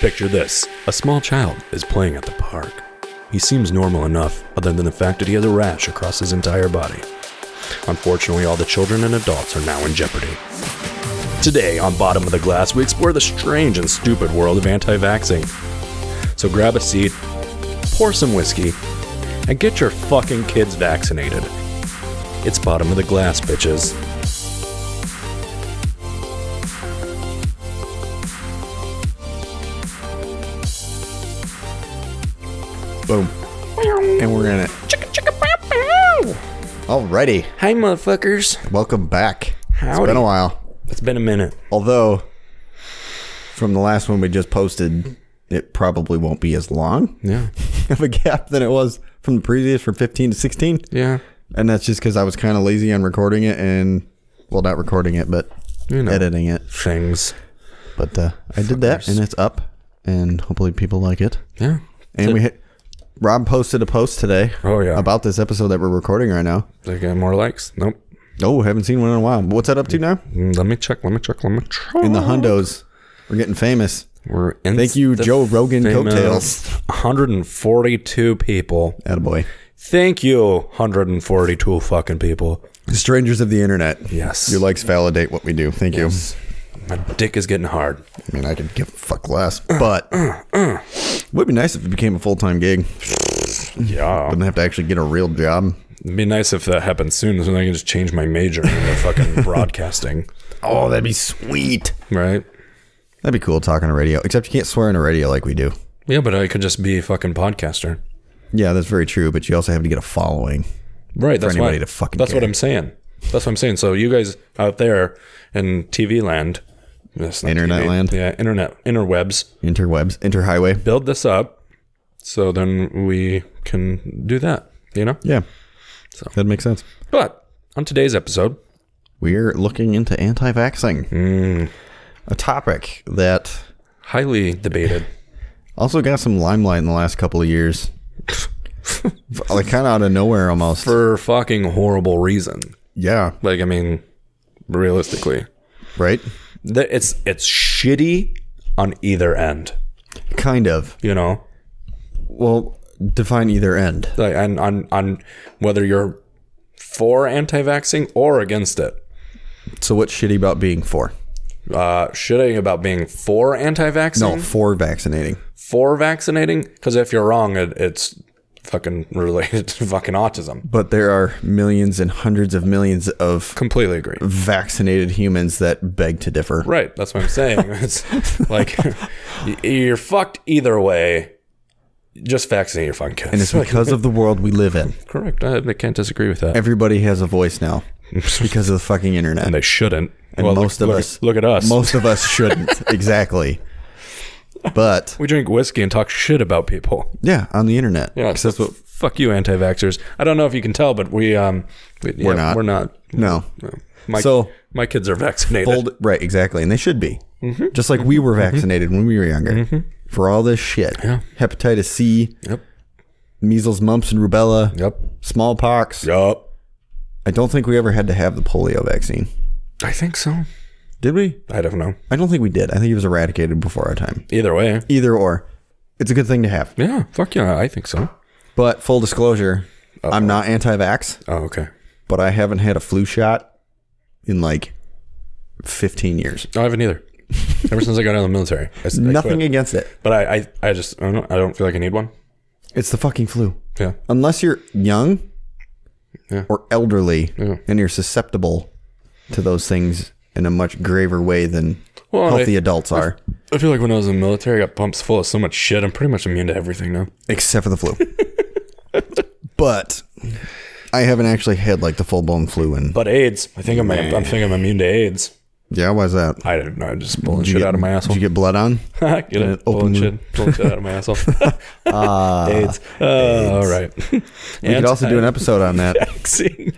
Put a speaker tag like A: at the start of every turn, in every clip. A: Picture this a small child is playing at the park. He seems normal enough, other than the fact that he has a rash across his entire body. Unfortunately, all the children and adults are now in jeopardy. Today on Bottom of the Glass, we explore the strange and stupid world of anti vaxxing. So grab a seat, pour some whiskey, and get your fucking kids vaccinated. It's Bottom of the Glass, bitches. Boom.
B: and we're in it. Alrighty,
A: Hi, motherfuckers.
B: welcome back. It's
A: Howdy.
B: been a while.
A: It's been a minute.
B: Although, from the last one we just posted, it probably won't be as long
A: Yeah.
B: of a gap than it was from the previous from 15 to 16.
A: Yeah.
B: And that's just because I was kind of lazy on recording it and, well, not recording it, but
A: You know.
B: editing it.
A: Things.
B: But uh, I did that and it's up and hopefully people like it.
A: Yeah.
B: And we hit, Rob posted a post today
A: Oh, yeah.
B: about this episode that we're recording right now.
A: They got more likes? Nope.
B: Oh, haven't seen one in a while. What's that up to now?
A: Mm, Let me check. Let me check. Let me check.
B: in the hundos. We're getting famous.
A: We're in
B: Thank you,
A: the
B: Joe Rogan
A: famous
B: coattails.
A: 142 people.
B: Attaboy.
A: Thank you, 142 fucking people.
B: Strangers of the internet.
A: Yes.
B: Your likes validate what we do. Thank
A: My dick is getting hard.
B: you. I mean, I could give a fuck less, but would be nice if it became a full time gig.
A: Yeah.
B: Wouldn't have to actually get a real job.
A: It'd be nice if that happened soon so I can just change my major into fucking broadcasting.
B: Oh, that'd be sweet.
A: Right?
B: That'd be cool talking on radio, except you can't swear on a radio like we do.
A: Yeah, but I could just be a fucking podcaster.
B: Yeah, that's very true, but you also have to get a following.
A: Right, that's
B: anybody
A: why,
B: to fucking
A: That's what
B: care.
A: I'm saying. That's what I'm saying. So you guys out there in TV land, that's not
B: Internet
A: TV.
B: land.
A: yeah, internet, interwebs,
B: Interwebs, interhighway.
A: build this up, so then we can do that. You know.
B: Yeah. That makes sense.
A: But on today's episode,
B: We're looking into anti vaxxing, Mm. a topic that
A: highly debated.
B: Also got some limelight in the last couple of years. like kind of out of nowhere almost.
A: For fucking horrible reason.
B: yeah,
A: Like, I mean, realistically,
B: right?
A: Th- it's it's shitty on either end.
B: Kind of.
A: You know,
B: Well, define either end.
A: like on on on whether you're for anti-vaxxing or against it.
B: So what's shitty about being for?
A: uh, shitting about being for anti-vaccine,
B: No, for Oh, vaccinating.
A: for vaccinating, because if you're wrong, it, it's fucking related to fucking autism.
B: But there are millions and hundreds of millions of
A: Completely agree.
B: vaccinated humans that beg to differ.
A: Right, that's what I'm saying. It's like y- you're fucked either way. Just vaccinate your fucking kids.
B: And it's because of the world we live in.
A: correct. I, I can't disagree with that.
B: Everybody has a voice now because of the fucking internet.
A: and they shouldn't.
B: And
A: well,
B: most
A: look,
B: of
A: look-
B: us-
A: look at us.
B: Most of us shouldn't. exactly. But
A: we drink whiskey and talk shit about people.
B: yeah, on the internet.
A: Yeah,
B: 'Cause that's what
A: Fuck you, anti-vaxxers. I don't know if you can tell, but we um we, we're
B: not.
A: We're not.
B: No.
A: My,
B: So-
A: my kids are vaccinated.
B: Old- right, exactly. And they should be.
A: Mm-hmm.
B: Just like we were vaccinated when we were younger for all this shit.
A: Yeah.
B: Hepatitis C,
A: Yep.
B: measles, mumps, and rubella,
A: Yep.
B: smallpox.
A: Yep.
B: I don't think we ever had to have the polio vaccine.
A: I think so.
B: Did we?
A: I don't know.
B: I don't think we did. I think it was eradicated before our time.
A: Either way.
B: Either or. It's a good thing to have.
A: Yeah. Fuck yeah. I think so.
B: But full disclosure, I'm not anti vax,
A: Oh, okay.
B: but I haven't had a flu shot in like 15 years.
A: No, I haven't either. Ever since I got out of the military. I s- I
B: Nothing
A: quit.
B: against it.
A: But I, I, I just, I don't, I don't feel like I need one.
B: It's the fucking flu.
A: Yeah.
B: unless you're young
A: Yeah.
B: or elderly
A: Yeah.
B: and you're susceptible to those things in a much graver way than
A: Well,
B: healthy
A: I-
B: adults are,
A: I feel like when I was in the military, I got pumps full of so much shit. I'm pretty much immune to everything now.
B: except for the flu. but I haven't actually had like the full blown flu, and
A: But AIDS, I think I'm, I'm, I'm thinking I'm immune to AIDS.
B: yeah, why's that?
A: I don't know. I'm just pulling
B: Did you
A: shit
B: get-
A: out of my
B: Did
A: asshole.
B: you get blood on?
A: Get it? Pulling
B: wound.
A: shit, pulling shit out of my asshole. AIDS. Uh, All right. We
B: We could also do an episode on that.
A: vaccine.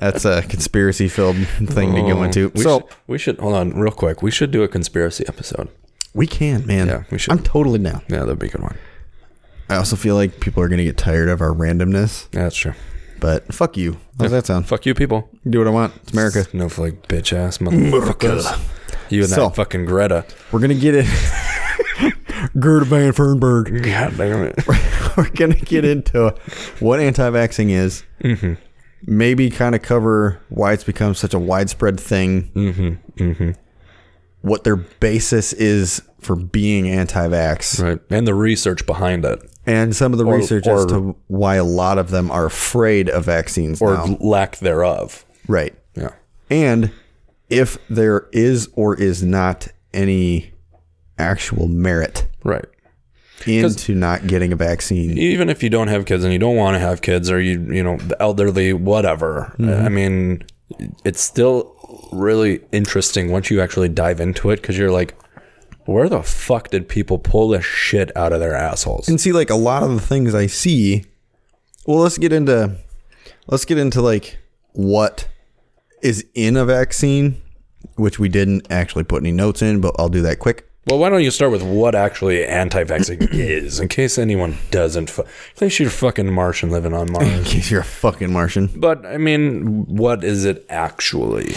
B: That's a conspiracy filled thing to go into.
A: We
B: so
A: should, we should hold on real quick. We should do a conspiracy episode.
B: we can, man.
A: Yeah, we should.
B: I'm totally down.
A: Yeah, that'd be a good one.
B: I also feel like people are gonna get tired of our randomness,
A: Yeah, that's true.
B: but fuck you. How's that sound?
A: Fuck you, people.
B: Do what I want. It's America.
A: Snowflake bitch ass motherfuckers. You and
B: So-
A: that fucking Greta.
B: We're gonna get it. Gerda Van Fernberg.
A: God damn it.
B: We're going to get into what anti vaxxing is,
A: Mm-hmm.
B: maybe kind of cover why it's become such a widespread thing,
A: Mm-hmm. Mm-hmm.
B: what their basis is for being anti vax,
A: Right. And the research behind it.
B: and some of the research as
A: or-
B: to why a lot of them are afraid of vaccines
A: Or
B: now.
A: lack thereof.
B: Right.
A: Yeah.
B: And if there is or is not any actual merit
A: Right.
B: into not getting a vaccine.
A: Even if you don't have kids and you don't want to have kids or you you know, the elderly, whatever. uh, I mean it's still really interesting once you actually dive into it because you're like, where the fuck did people pull this shit out of their assholes?
B: And see like a lot of the things I see. Well, let's get into let's get into like what is in a vaccine, which we didn't actually put any notes in, but I'll do that quick.
A: Well, why don't you start with what actually anti-vaxxing is, in case anyone doesn't. Fu- in case you're fucking Martian living on
B: In
A: Mars.
B: case you're a fucking Martian.
A: but I mean, what is it actually?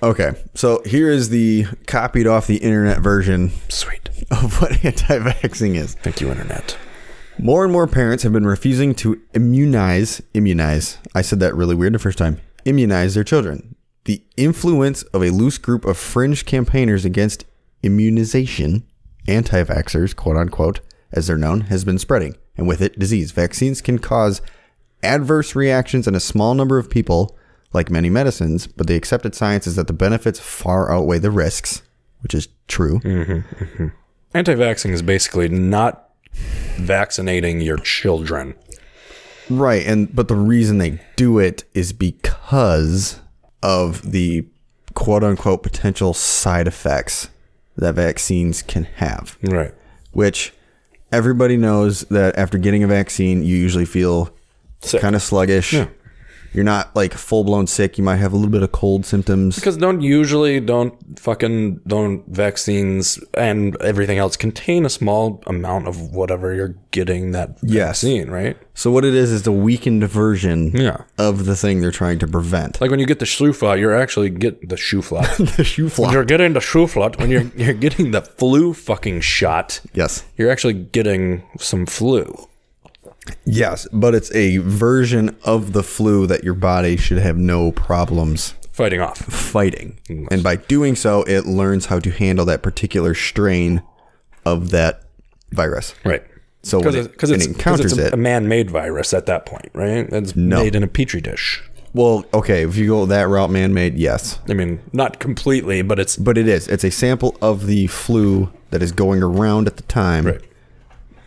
B: Okay. So here is the copied off the internet version
A: Sweet.
B: of what anti vaxxing is.
A: Thank you, internet.
B: More and more parents have been refusing to immunize, immunize. I said that really weird the first time. Immunize their children. The influence of a loose group of fringe campaigners against immunization, anti vaxxers, quote unquote, as they're known, has been spreading, and with it, disease. Vaccines can cause adverse reactions in a small number of people, like many medicines, but the accepted science is that the benefits far outweigh the risks, which is true.
A: Anti-vaxxing is basically not vaccinating your children.
B: Right, and but the reason they do it is because of the quote unquote potential side effects that vaccines can have,
A: Right.
B: which everybody knows that after getting a vaccine, you usually feel
A: Sick.
B: kind of sluggish. You're not like full blown sick. You might have a little bit of cold symptoms.
A: Because don't usually don't fucking don't vaccines and everything else contain a small amount of whatever you're getting that
B: Yes.
A: vaccine, right?
B: So what it is is the weakened version
A: Yeah.
B: of the thing they're trying to prevent.
A: Like when you get the shufla, you're actually get the shufla.
B: the shoe
A: When
B: fly.
A: you're getting the shuflat, when you're you're getting the flu fucking shot,
B: Yes.
A: you're actually getting some flu.
B: Yes, but it's a version of the flu that your body should have no problems
A: Fighting off.
B: fighting. And by doing so, it learns how to handle that particular strain of that virus.
A: Right.
B: So when it,
A: Because
B: when
A: it's,
B: it
A: 'cause it's
B: encounters
A: a,
B: it,
A: a man made virus at that point, right? That's made in a petri dish.
B: well, okay, if you go that route, man made, yes.
A: I mean, not completely, but it's
B: But it is. It's a sample of the flu that is going around at the time.
A: Right.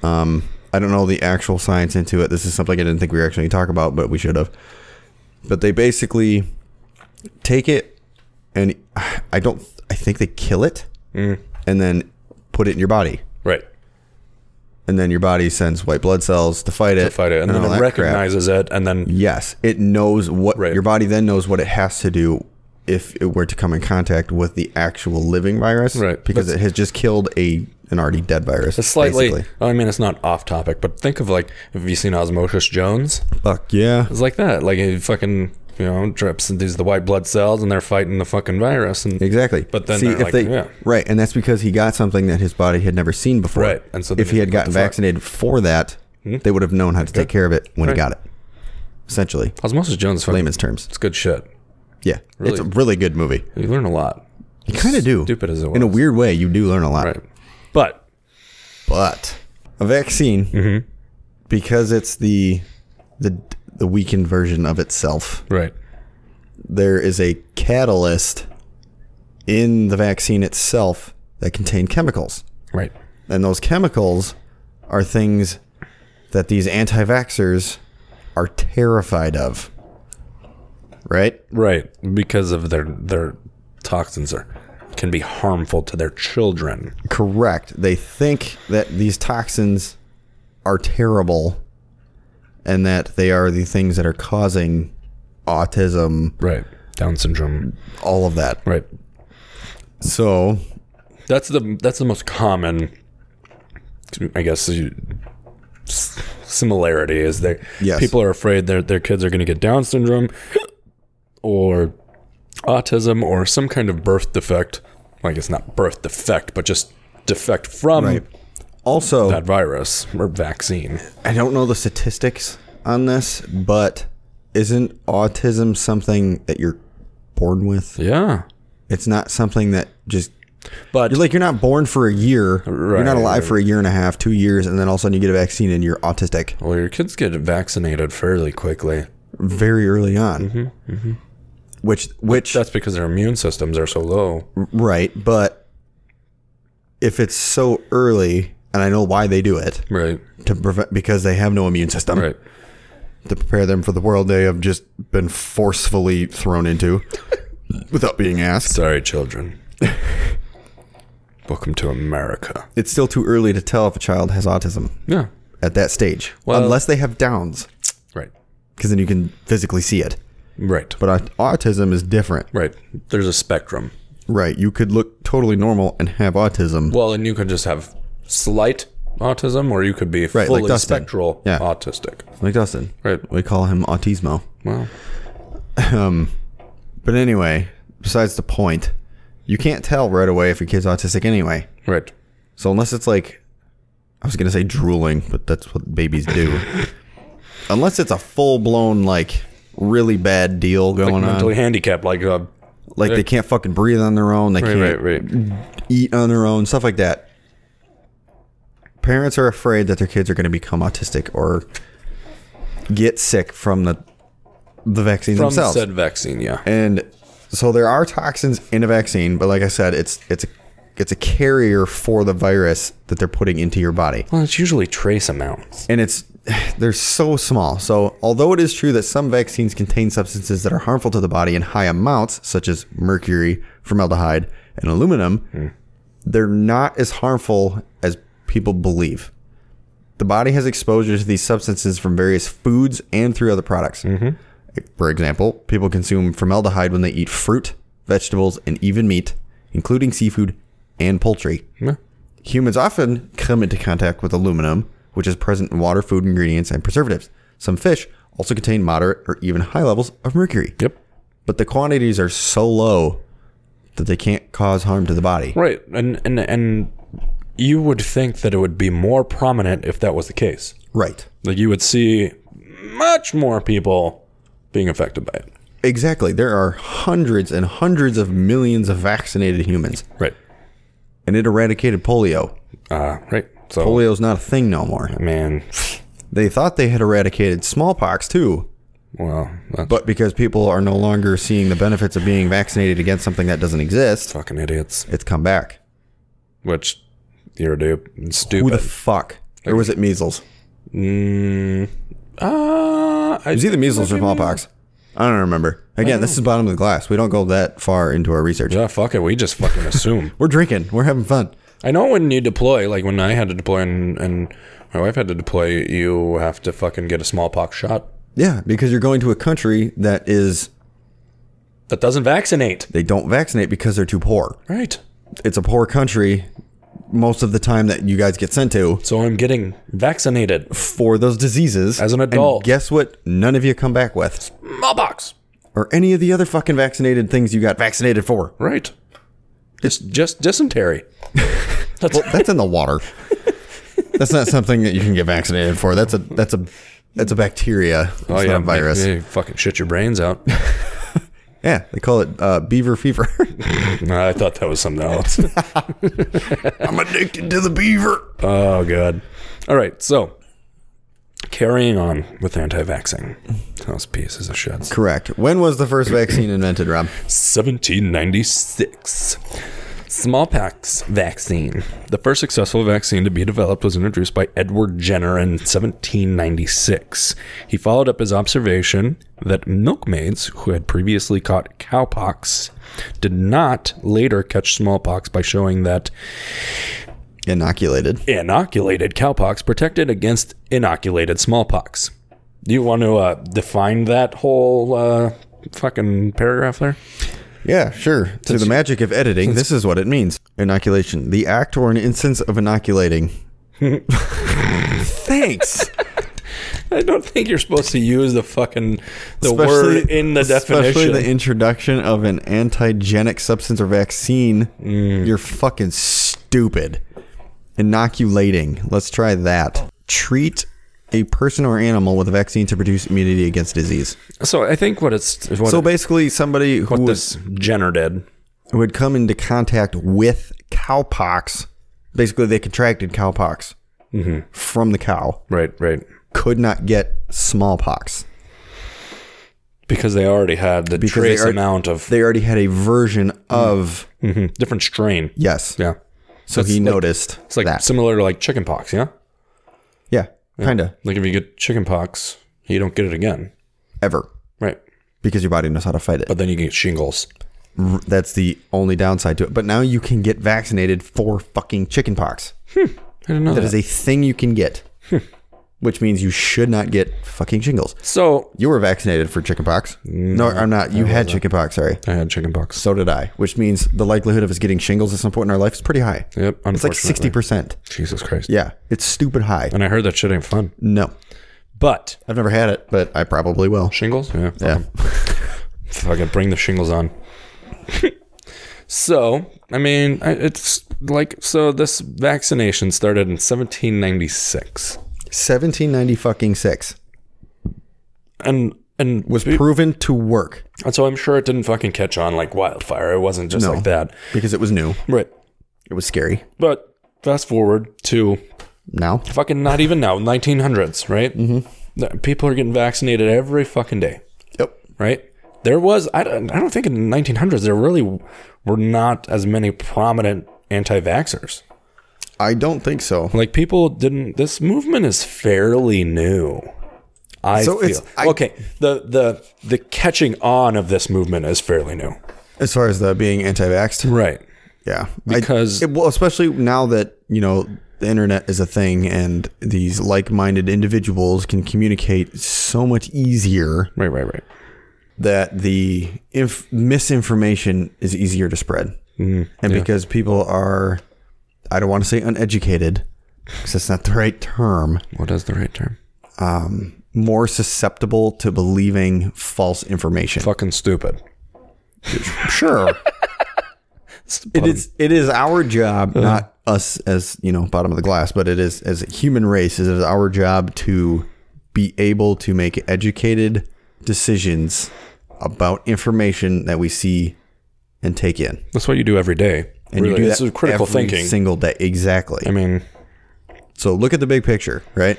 B: Um, I don't know the actual science into it. This is something I didn't think we were actually going to talk about, but we should have. But they basically take it, and I don't. I think they kill it,
A: Mm.
B: and then put it in your body,
A: right.
B: and then your body sends white blood cells to fight it,
A: To fight it, and,
B: all
A: then it
B: Oh, that crap.
A: recognizes it, and then
B: Yes, it knows what
A: Right.
B: your body then knows what it has to do if it were to come in contact with the actual living virus,
A: Right.
B: Because it has just killed a an already dead virus.
A: it's slightly.
B: basically.
A: I mean, it's not off topic, but think of like have you seen Osmosis Jones?
B: fuck yeah,
A: It's like that. Like he fucking you know drips and these the white blood cells, and they're fighting the fucking virus, and
B: Exactly.
A: But then
B: see
A: they're
B: if
A: like,
B: they
A: yeah.
B: right, and that's because he got something that his body had never seen before.
A: Right, and so then
B: if he
A: you-
B: had
A: what
B: gotten
A: the Hmm? fuck?
B: vaccinated for that, they would have known how to take care of it when he got it. Essentially,
A: Osmosis Jones, is fucking,
B: layman's terms.
A: it's good shit.
B: Yeah, it's a really good movie.
A: You learn a lot.
B: You kind of do.
A: Stupid as it was.
B: In a weird way, you do learn a lot.
A: Right. But
B: But a vaccine,
A: Mm-hmm.
B: because it's the the the weakened version of itself.
A: right.
B: there is a catalyst in the vaccine itself that contain chemicals.
A: Right.
B: And those chemicals are things that these anti vaxxers are terrified of. Right?
A: Right. Because of their their toxins are can be harmful to their children.
B: Correct. They think that these toxins are terrible and that they are the things that are causing autism,
A: Right. Down syndrome.
B: all of that.
A: Right.
B: So,
A: That's the that's the most common I guess you- s- similarity is there
B: Yes.
A: people are afraid their their kids are going to get down syndrome or autism or some kind of birth defect. Well, I guess not birth defect, but just defect from
B: Right. Also,
A: that virus or vaccine.
B: I don't know the statistics on this, but isn't autism something that you're born with?
A: Yeah.
B: It's not something that just
A: But
B: you're like you're not born for a year. You're not
A: Right.
B: alive for a year and a half, two years, and then all of a sudden you get a vaccine and you're autistic
A: well, your kids get vaccinated fairly quickly.
B: very early on. Which which
A: Mm-hmm, That's because their immune systems are so low.
B: right, but if it's so early, and I know why they do it
A: Right.
B: to prevent because they have no immune system
A: Right.
B: to prepare them for the world they have just been forcefully thrown into without being asked.
A: Sorry, children. Welcome to America.
B: It's still too early to tell if a child has autism
A: Yeah.
B: at that stage,
A: Well-
B: unless they have Downs,
A: Right.
B: because then you can physically see it.
A: Right.
B: But aut- autism is different.
A: Right. There's a spectrum.
B: Right. You could look totally normal and have autism.
A: Well, and you could just have slight autism, or you could be
B: like
A: fully
B: Dustin.
A: spectral
B: Yeah.
A: autistic.
B: like Dustin.
A: Right.
B: We call him autismo.
A: Well,
B: Um, But anyway, besides the point, you can't tell right away if your kid's autistic anyway.
A: right.
B: So unless it's like, I was gonna say drooling, but that's what babies do. unless it's a full blown like really bad deal going on,
A: Mentally handicapped, like uh,
B: like they can't fucking breathe on their own, they
A: right,
B: can't
A: right, right.
B: eat on their own, stuff like that. Parents are afraid that their kids are going to become autistic or get sick from the the vaccine
A: From
B: themselves.
A: said vaccine, yeah.
B: and so there are toxins in a vaccine, but like I said, it's it's a it's a carrier for the virus that they're putting into your body.
A: Well, it's usually trace amounts.
B: And it's they're so small. So although it is true that some vaccines contain substances that are harmful to the body in high amounts, such as mercury, formaldehyde, and aluminum, they're not as harmful as people believe. The body has exposure to these substances from various foods and through other products. For example, people consume formaldehyde when they eat fruit, vegetables, and even meat, including seafood and poultry.
A: Yeah.
B: Humans often come into contact with aluminum, which is present in water, food ingredients, and preservatives. Some fish also contain moderate or even high levels of mercury,
A: Yep.
B: but the quantities are so low that they can't cause harm to the body.
A: Right, and and and you would think that it would be more prominent if that was the case.
B: Right.
A: Like you would see much more people being affected by it.
B: Exactly. There are hundreds and hundreds of millions of vaccinated humans,
A: Right.
B: and it eradicated polio.
A: Uh, right. So,
B: Polio's not a thing no more.
A: man,
B: They thought they had eradicated smallpox too,
A: well, that's
B: but because people are no longer seeing the benefits of being vaccinated against something that doesn't exist,
A: fucking idiots.
B: it's come back.
A: Which you're du- stupid.
B: Who the fuck? Or was it measles?
A: mm, uh, I,
B: It was either measles or smallpox. I don't remember. Again, this is bottom of the glass. We don't go that far into our research.
A: Oh. yeah, fuck it. We just fucking assume.
B: We're drinking. We're having fun.
A: I know when you deploy, like when I had to deploy and, and my wife had to deploy, you have to fucking get a smallpox shot
B: Yeah, because you're going to a country that is
A: that doesn't vaccinate.
B: they don't vaccinate because they're too poor.
A: Right.
B: It's a poor country most of the time that you guys get sent to
A: So I'm getting vaccinated.
B: for those diseases
A: As an
B: And
A: adult.
B: guess what? None of you come back with
A: Smallpox.
B: or any of the other fucking vaccinated things you got vaccinated for.
A: Right. It's just dysentery. That's
B: That's in the water. That's not something that you can get vaccinated for. That's a that's a that's a bacteria. It's not a virus.
A: yeah, fucking shit your brains out.
B: Yeah, they call it uh, beaver fever.
A: Nah, I thought that was something else.
B: I'm addicted to the beaver.
A: oh god. All right. So carrying on with anti-vaxxing. Those pieces of shit.
B: Correct. When was the first vaccine invented, Rob?
A: 1796. Smallpox vaccine. The first successful vaccine to be developed was introduced by Edward Jenner in 1796. He followed up his observation that milkmaids who had previously caught cowpox did not later catch smallpox by showing that
B: Inoculated.
A: inoculated cowpox protected against inoculated smallpox. Do you want to uh, define that whole uh, fucking paragraph there?
B: Yeah, sure. Through the magic of editing, this is what it means. Inoculation. The act or an instance of inoculating. Thanks.
A: I don't think you're supposed to use the fucking the
B: Especially-
A: word in the
B: Especially
A: definition.
B: the E- introduction of an
A: Mm.
B: antigenic substance or vaccine. You're fucking stupid. Inoculating. Let's try that. Treat a person or animal with a vaccine to produce immunity against disease.
A: So I think what it's what,
B: so basically, somebody who
A: what
B: was
A: this Jenner did.
B: who had come into contact with cowpox. Basically, they contracted cowpox
A: Mm-hmm.
B: from the cow,
A: Right, right.
B: could not get smallpox.
A: Because they already had the
B: Because they
A: trace
B: are-
A: amount of
B: They already had a version of
A: Mhm. different strain.
B: yes.
A: Yeah.
B: So he noticed
A: It's like
B: that.
A: similar to like chickenpox, yeah?
B: yeah, kinda
A: Like if you get chickenpox, you don't get it again.
B: ever
A: Right.
B: because your body knows how to fight it.
A: But then you get shingles.
B: R- That's the only downside to it. But now you can get vaccinated for fucking chickenpox.
A: Hmm. I didn't know
B: That
A: that. Hmm.
B: is a thing you can get, which means you should not get fucking shingles.
A: so
B: You were vaccinated for chickenpox.
A: Mm,
B: No, I'm not. You had chickenpox. Sorry.
A: I had chickenpox.
B: So did I, which means the likelihood of us getting shingles at some point in our life is pretty high.
A: Yep. Unfortunately.
B: It's like 60%.
A: Jesus Christ.
B: Yeah, it's stupid high.
A: And I heard that shit ain't fun.
B: No,
A: But
B: I've never had it, but I probably will.
A: shingles? Yeah. fuck
B: Yeah.
A: 'em. Fucking bring the shingles on. so, I mean, I- it's like, so this vaccination started in 1796.
B: 1790 fucking 6
A: And, and
B: was proven to work
A: And so I'm sure it didn't fucking catch on like wildfire. It wasn't just like that.
B: because it was new.
A: Right.
B: It was scary.
A: But fast forward to
B: Now,
A: fucking not even now, 1900s, right? Mm-hmm. People are getting vaccinated every fucking day,
B: yep.
A: right? There was, I don't, I don't think in the 1900s, there really were not as many prominent anti vaxxers.
B: I don't think so.
A: Like people didn't, this movement is fairly new. I
B: So
A: feel
B: it's- I-
A: okay. The the the catching on of this movement is fairly new,
B: As far as the being anti-vaxxed,
A: right?
B: yeah,
A: Because-
B: I, it, well, especially now that you know the internet is a thing and these like-minded individuals can communicate so much easier
A: Right, right, right.
B: that the inf- misinformation is easier to spread. and because people are, I don't want to say uneducated, because that's not the right term,
A: What is the right term?
B: more susceptible to believing false information.
A: fucking stupid.
B: Sure. it is it is our job,
A: Uh-huh.
B: not us as, you know, bottom of the glass, but it is as a human race, it is our job to be able to make educated decisions about information that we see and take in.
A: That's what you do every day.
B: And
A: really.
B: you do
A: This
B: that
A: is critical
B: every
A: thinking.
B: single day. Exactly.
A: I mean,
B: So look at the big picture, right?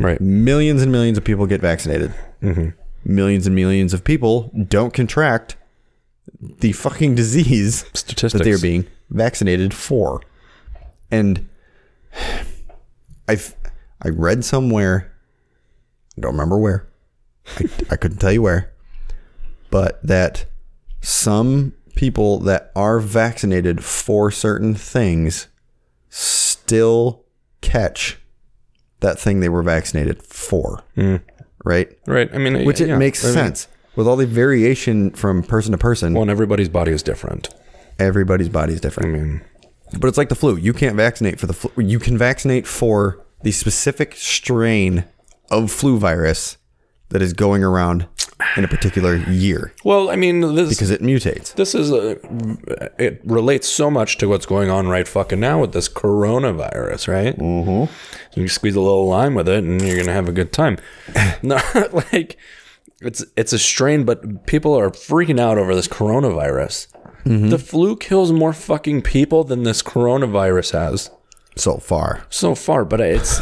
A: right.
B: Mm. Millions and millions of people get vaccinated.
A: Mm-hmm.
B: Millions and millions of people don't contract the fucking disease
A: Statistics.
B: that they're being vaccinated for. And I've I read somewhere, I don't remember where, I, I couldn't tell you where, but that some people that are vaccinated for certain things still catch that thing they were vaccinated for, right?
A: right. Mm. I mean,
B: Which it makes sense with all the variation from person to person.
A: Well, and everybody's body is different.
B: everybody's body is different.
A: I mean,
B: But it's like the flu. You can't vaccinate for the flu. You can vaccinate for the specific strain of flu virus that is going around in a particular year
A: well, I mean, this
B: because it mutates.
A: this is a, it relates so much to what's going on right fucking now with this coronavirus, right? Mm-hmm. You squeeze a little lime with it, and you're gonna have a good time. no, like it's it's a strain, but people are freaking out over this coronavirus. The flu kills more fucking people than this coronavirus has
B: So far,
A: so far, but it's.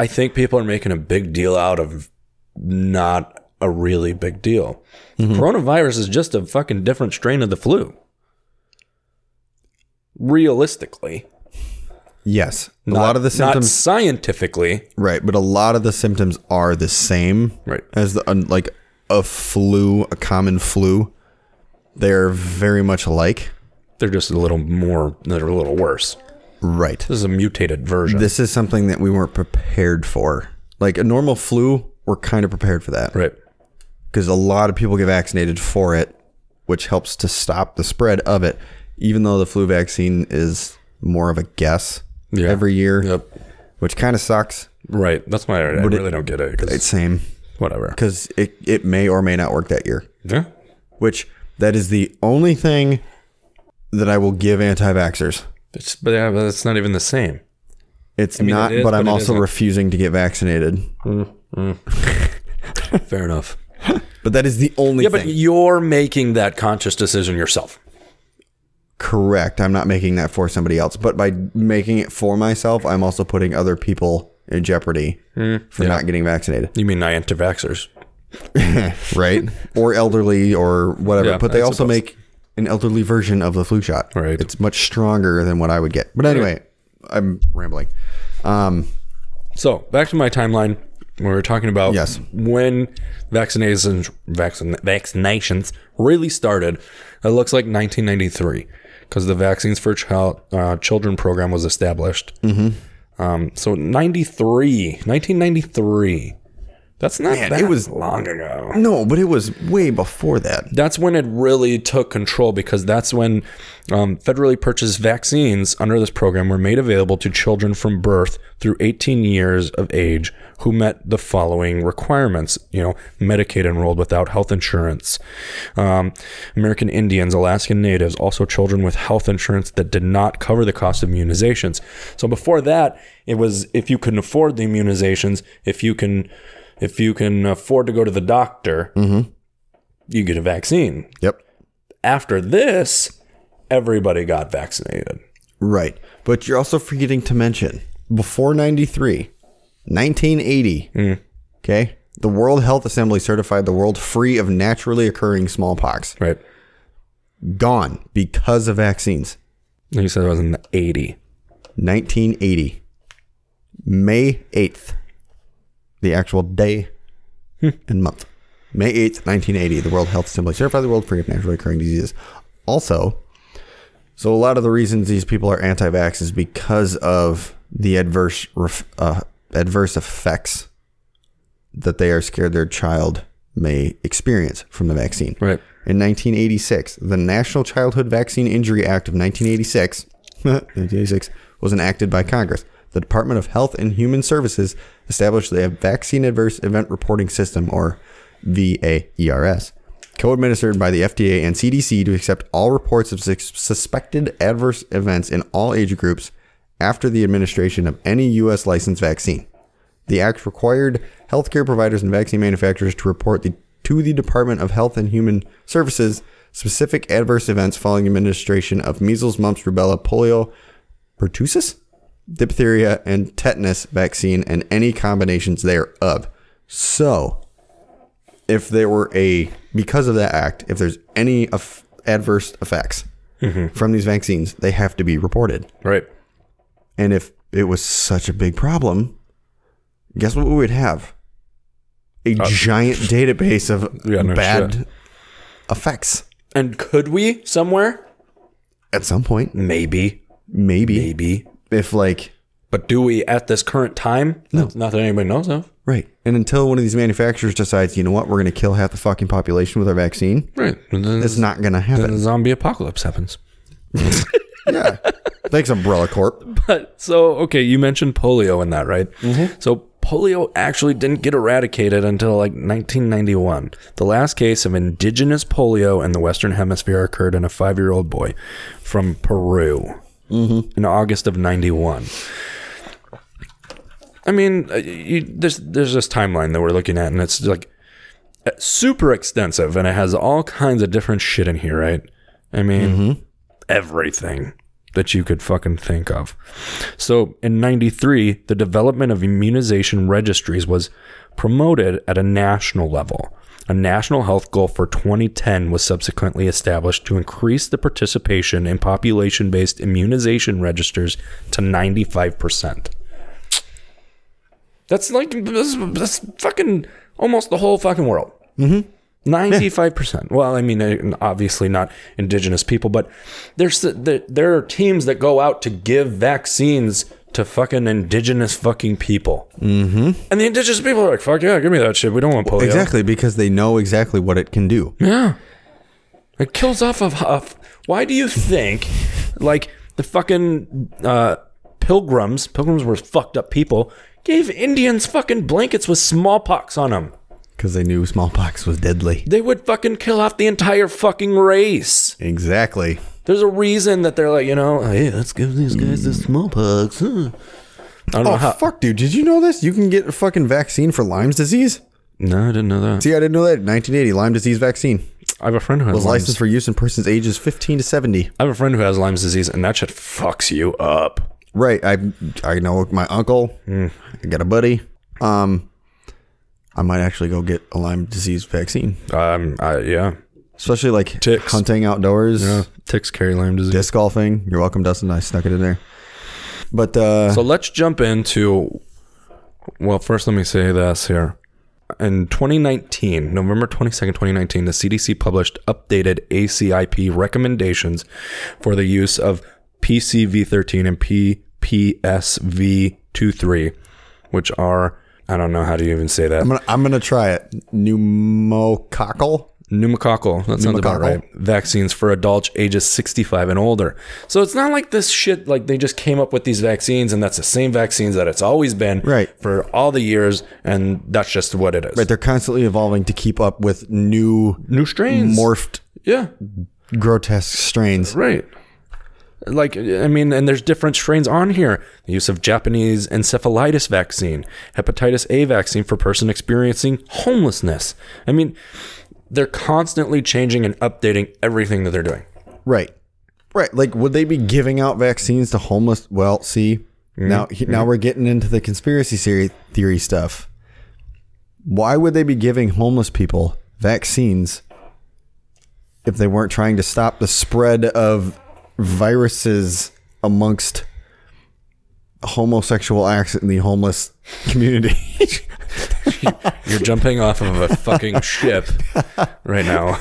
A: I think people are making a big deal out of not a really big deal.
B: Mm-hmm.
A: Coronavirus is just a fucking different strain of the flu. Realistically,
B: yes, a lot of the
A: not
B: symptoms,
A: scientifically,
B: right? But a lot of the symptoms are the same
A: right?
B: as the un, like a flu, a common flu. They're very much alike,
A: They're just a little more. They're a little worse.
B: right?
A: This is a mutated version,
B: This is something that we weren't prepared for. Like a normal flu, we're kind of prepared for that.
A: right?
B: because a lot of people get vaccinated for it, which helps to stop the spread of it. Even though the flu vaccine is more of a guess
A: Yeah.
B: every year,
A: Yep.
B: which kind of sucks.
A: Right. That's why I, I really don't get it. 'cause-
B: It's same
A: whatever.
B: because it it may or may not work that year.
A: Yeah.
B: Which that is the only thing that I will give anti-vaxxers
A: It's, but yeah, but it's not even the same.
B: It's
A: I mean,
B: not,
A: it is,
B: but
A: but
B: I'm
A: it
B: also
A: isn't.
B: refusing to get vaccinated.
A: Fair enough.
B: But that is the only
A: Yeah,
B: thing.
A: but you're making that conscious decision yourself.
B: Correct. I'm not making that for somebody else, but by making it for myself, I'm also putting other people in jeopardy
A: Mm-hmm.
B: for not getting vaccinated,
A: You mean anti-vaxxers?
B: right? or elderly or whatever.
A: Yeah,
B: but they
A: I
B: also
A: suppose.
B: make an elderly version of the flu shot.
A: Right.
B: It's much stronger than what I would get. But anyway, I'm rambling. Um,
A: So back to my timeline. We were talking about
B: Yes.
A: when vaccinations vaccin, vaccinations really started. It looks like 1993 because the Vaccines for Child uh, Children program was established. Mm-hmm. Um, so 93, 1993. That's not that
B: it was-
A: long ago.
B: no, but it was way before that.
A: that's when it really took control because that's when um, federally purchased vaccines under this program were made available to children from birth through 18 years of age who met the following requirements you know medicaid enrolled without health insurance um, american indians alaskan natives also children with health insurance that did not cover the cost of immunizations so before that it was if you couldn't afford the immunizations if you can if you can afford to go to the doctor you get a vaccine.
B: Yep.
A: After this, everybody got vaccinated.
B: Right. But you're also forgetting to mention before 93, 1980, okay, the World Health Assembly certified the world free of naturally occurring smallpox.
A: Right.
B: Gone because of vaccines.
A: And you said it was in the 80.
B: 1980, May 8th, the actual day and month. May 8th, 1980, the World Health Assembly certified the world free of naturally occurring diseases. Also, so a lot of the reasons these people are anti-vax is because of the adverse ref, uh, adverse effects that they are scared their child may experience from the vaccine.
A: Right.
B: In 1986, the National Childhood Vaccine Injury Act of 1986, 1986 was enacted by Congress. The Department of Health and Human Services established the Vaccine Adverse Event Reporting System, or E VAERS, co administered by the FDA and CDC to accept all reports of sus- suspected adverse events in all age groups after the administration of any U.S. licensed vaccine. The act required healthcare providers and vaccine manufacturers to report the, to the Department of Health and Human Services specific adverse events following administration of measles, mumps, rubella, polio, pertussis, diphtheria, and tetanus vaccine and any combinations thereof. So, if there were a because of that act, if there's any of adverse effects from these vaccines, they have to be reported.
A: Right.
B: And if it was such a big problem, guess what we would have? A giant database of
A: Uh, Yeah, no
B: bad
A: shit.
B: effects.
A: And could we somewhere?
B: At some point,
A: Maybe.
B: maybe,
A: Maybe.
B: if like
A: But do we at this current time? No. Not that anybody knows of.
B: right, and until one of these manufacturers decides, you know what, we're going to kill half the fucking population with our vaccine,
A: Right. And then,
B: it's not going to
A: then the
B: happen.
A: zombie apocalypse happens.
B: yeah, thanks, Umbrella Corp.
A: But so, okay, you mentioned polio in that, right? So, polio actually didn't get eradicated until like 1991. The last case of indigenous polio in the Western Hemisphere occurred in a five year old boy from Peru in August of 91. I mean, uh, you, there's, there's this timeline that we're looking at, and it's like uh, super extensive, and it has all kinds of different shit in here, right? I mean, everything that you could fucking think of. So in 93, the development of immunization registries was promoted at a national level. A national health goal for 2010 was subsequently established to increase the participation in population based immunization registers to 95%. That's like, that's, that's fucking almost the whole fucking world. 95%. Well, I mean, uh, obviously not indigenous people, but there's there, there are teams that go out to give vaccines to fucking indigenous fucking people. Mm-hmm. And the indigenous people are like, fuck yeah, give me that shit. We don't want polio.
B: Exactly because they know exactly what it can do.
A: Yeah. It kills off of Huff. Why do you think, like, the fucking uh, pilgrims, pilgrims were fucked up people, gave Indians fucking blankets with smallpox on them?
B: Because they knew smallpox was deadly.
A: They would fucking kill off the entire fucking race.
B: Exactly.
A: There's a reason that they're like, you know, hey, let's give these guys the smallpox. huh." I don't know
B: Oh
A: how.
B: fuck, dude! Did you know this? You can get a fucking vaccine for Lyme's disease.
A: No, I didn't know that.
B: See, I didn't know that. 1980 Lyme disease vaccine
A: I have a friend who has
B: was
A: Lyme's.
B: licensed for use in persons ages 15 to 70.
A: I have a friend who has Lyme's disease, and that shit fucks you up.
B: Right. I I know my uncle.
A: Hmm.
B: I got a buddy. Um, I might actually go get a Lyme disease vaccine,
A: Um, I, yeah.
B: especially like
A: Ticks.
B: hunting outdoors,
A: Ticks carry Lyme disease.
B: disc golfing. You're welcome, Dustin. I snuck it in there. But uh,
A: So let's jump into. Well, first, let me say this here. In 2019, November 22nd, 2019, the CDC published updated ACIP recommendations for the use of PCV13 and PPSV23, which are, I don't know how do you even say that.
B: I'm gonna I'm gonna try it. Pneumococcal.
A: pneumococcal. That sounds about
B: Pneumococcal.
A: right. Vaccines for adults ages 65 and older. So it's not like this shit. Like they just came up with these vaccines, and that's the same vaccines that it's always been
B: Right.
A: for all the years, and that's just what it is.
B: Right, they're constantly evolving to keep up with new
A: New strains.
B: morphed
A: Yeah.
B: grotesque strains.
A: Right. Like I mean, and there's different strains on here. The use of Japanese encephalitis vaccine, hepatitis A vaccine for person experiencing homelessness. I mean, they're constantly changing and updating everything that they're doing.
B: Right. Right. Like, would they be giving out vaccines to homeless? Well, see,
A: Mm-hmm.
B: now he- now we're getting into the conspiracy theory theory stuff. Why would they be giving homeless people vaccines if they weren't trying to stop the spread of viruses amongst homosexual acts in the homeless community?
A: You're jumping off of a fucking ship right now.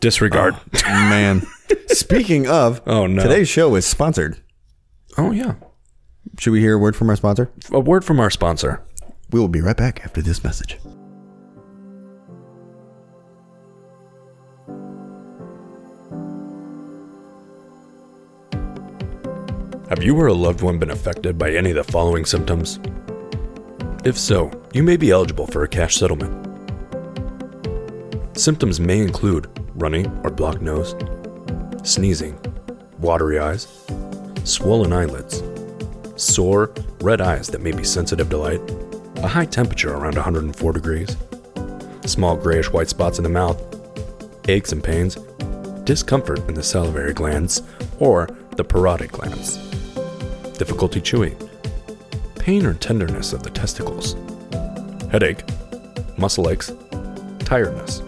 A: Disregard.
B: Man. Speaking of,
A: Oh, no.
B: today's show is sponsored.
A: Oh, yeah.
B: Should we hear a word from our sponsor?
A: A word from our sponsor.
B: We will be right back after this message.
A: Have you or a loved one been affected by any of the following symptoms? If so, you may be eligible for a cash settlement. Symptoms may include runny or blocked nose, sneezing, watery eyes, swollen eyelids, sore, red eyes that may be sensitive to light, a high temperature around 104 degrees, small grayish white spots in the mouth, aches and pains, discomfort in the salivary glands or the parotid glands, difficulty chewing, pain or tenderness of the testicles, headache, muscle aches, tiredness,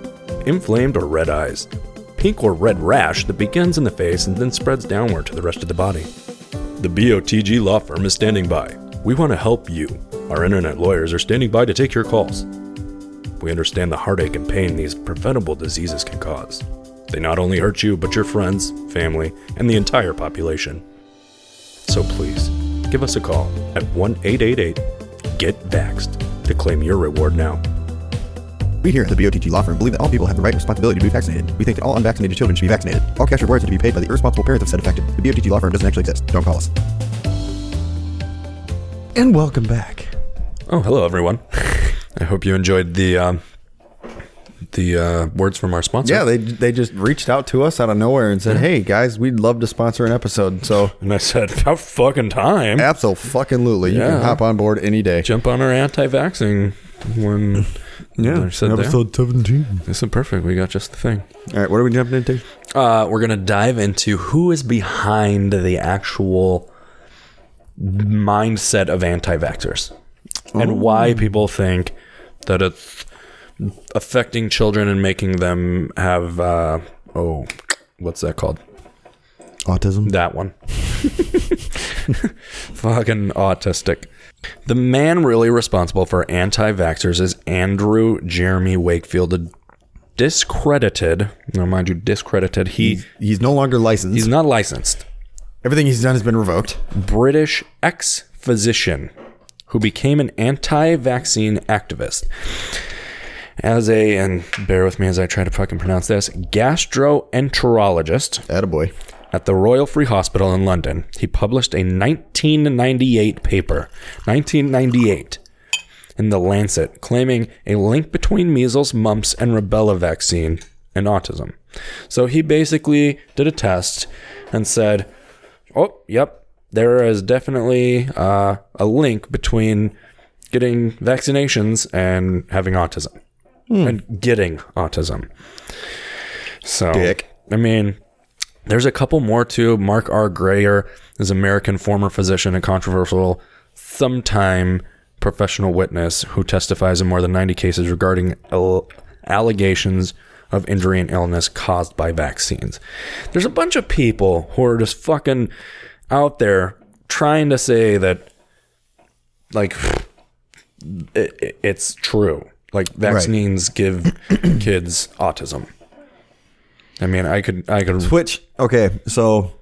A: inflamed or red eyes, pink or red rash that begins in the face and then spreads downward to the rest of the body. The BOTG law firm is standing by. We want to help you. Our internet lawyers are standing by to take your calls. We understand the heartache and pain these preventable diseases can cause. They not only hurt you, but your friends, family, and the entire population. So please, give us a call at 1 888 GET VAXXED to claim your reward now.
B: We here at the BOTG Law Firm believe that all people have the right and responsibility to be vaccinated. We think that all unvaccinated children should be vaccinated. All cash rewards are to be paid by the irresponsible parents of said affected. The BOTG Law Firm doesn't actually exist. Don't call us. And welcome back.
A: Oh, hello everyone. I hope you enjoyed the um, the uh, words from our sponsor.
B: Yeah, they they just reached out to us out of nowhere and said, "Hey guys, we'd love to sponsor an episode." So
A: And I said, about fucking time.
B: absolutely, you
A: Yeah.
B: can hop on board any day.
A: Jump on our anti-vaxxing when they're said there.
B: seventeen.
A: This is perfect. We got just the thing.
B: All right, what are we jumping into?
A: uh, we're going to dive into who is behind the actual mindset of anti vaxxers and why people think that it's affecting children and making them have, uh, oh, what's that called?
B: Autism.
A: That one. Fucking autistic. The man really responsible for anti vaxxers is Andrew Jeremy Wakefield, a discredited, now mind you, discredited. He.
B: He's no longer licensed.
A: He's not licensed.
B: Everything he's done has been revoked.
A: British ex physician who became an anti vaccine activist. As a, and bear with me as I try to fucking pronounce this, gastroenterologist
B: Attaboy.
A: at the Royal Free Hospital in London, he published a 1998 paper, 1998, in The Lancet, claiming a link between measles, mumps, and rubella vaccine and autism. So he basically did a test and said, oh, yep, there is definitely uh, a link between getting vaccinations and having autism and getting autism. So,
B: Dick.
A: I mean, there's a couple more too. Mark R. Grayer is an American former physician and controversial, sometime professional witness who testifies in more than 90 cases regarding al- allegations of injury and illness caused by vaccines. There's a bunch of people who are just fucking out there trying to say that, like, it, it- it's true. Like vaccines give kids autism. I mean, I could, I could
B: Which okay, so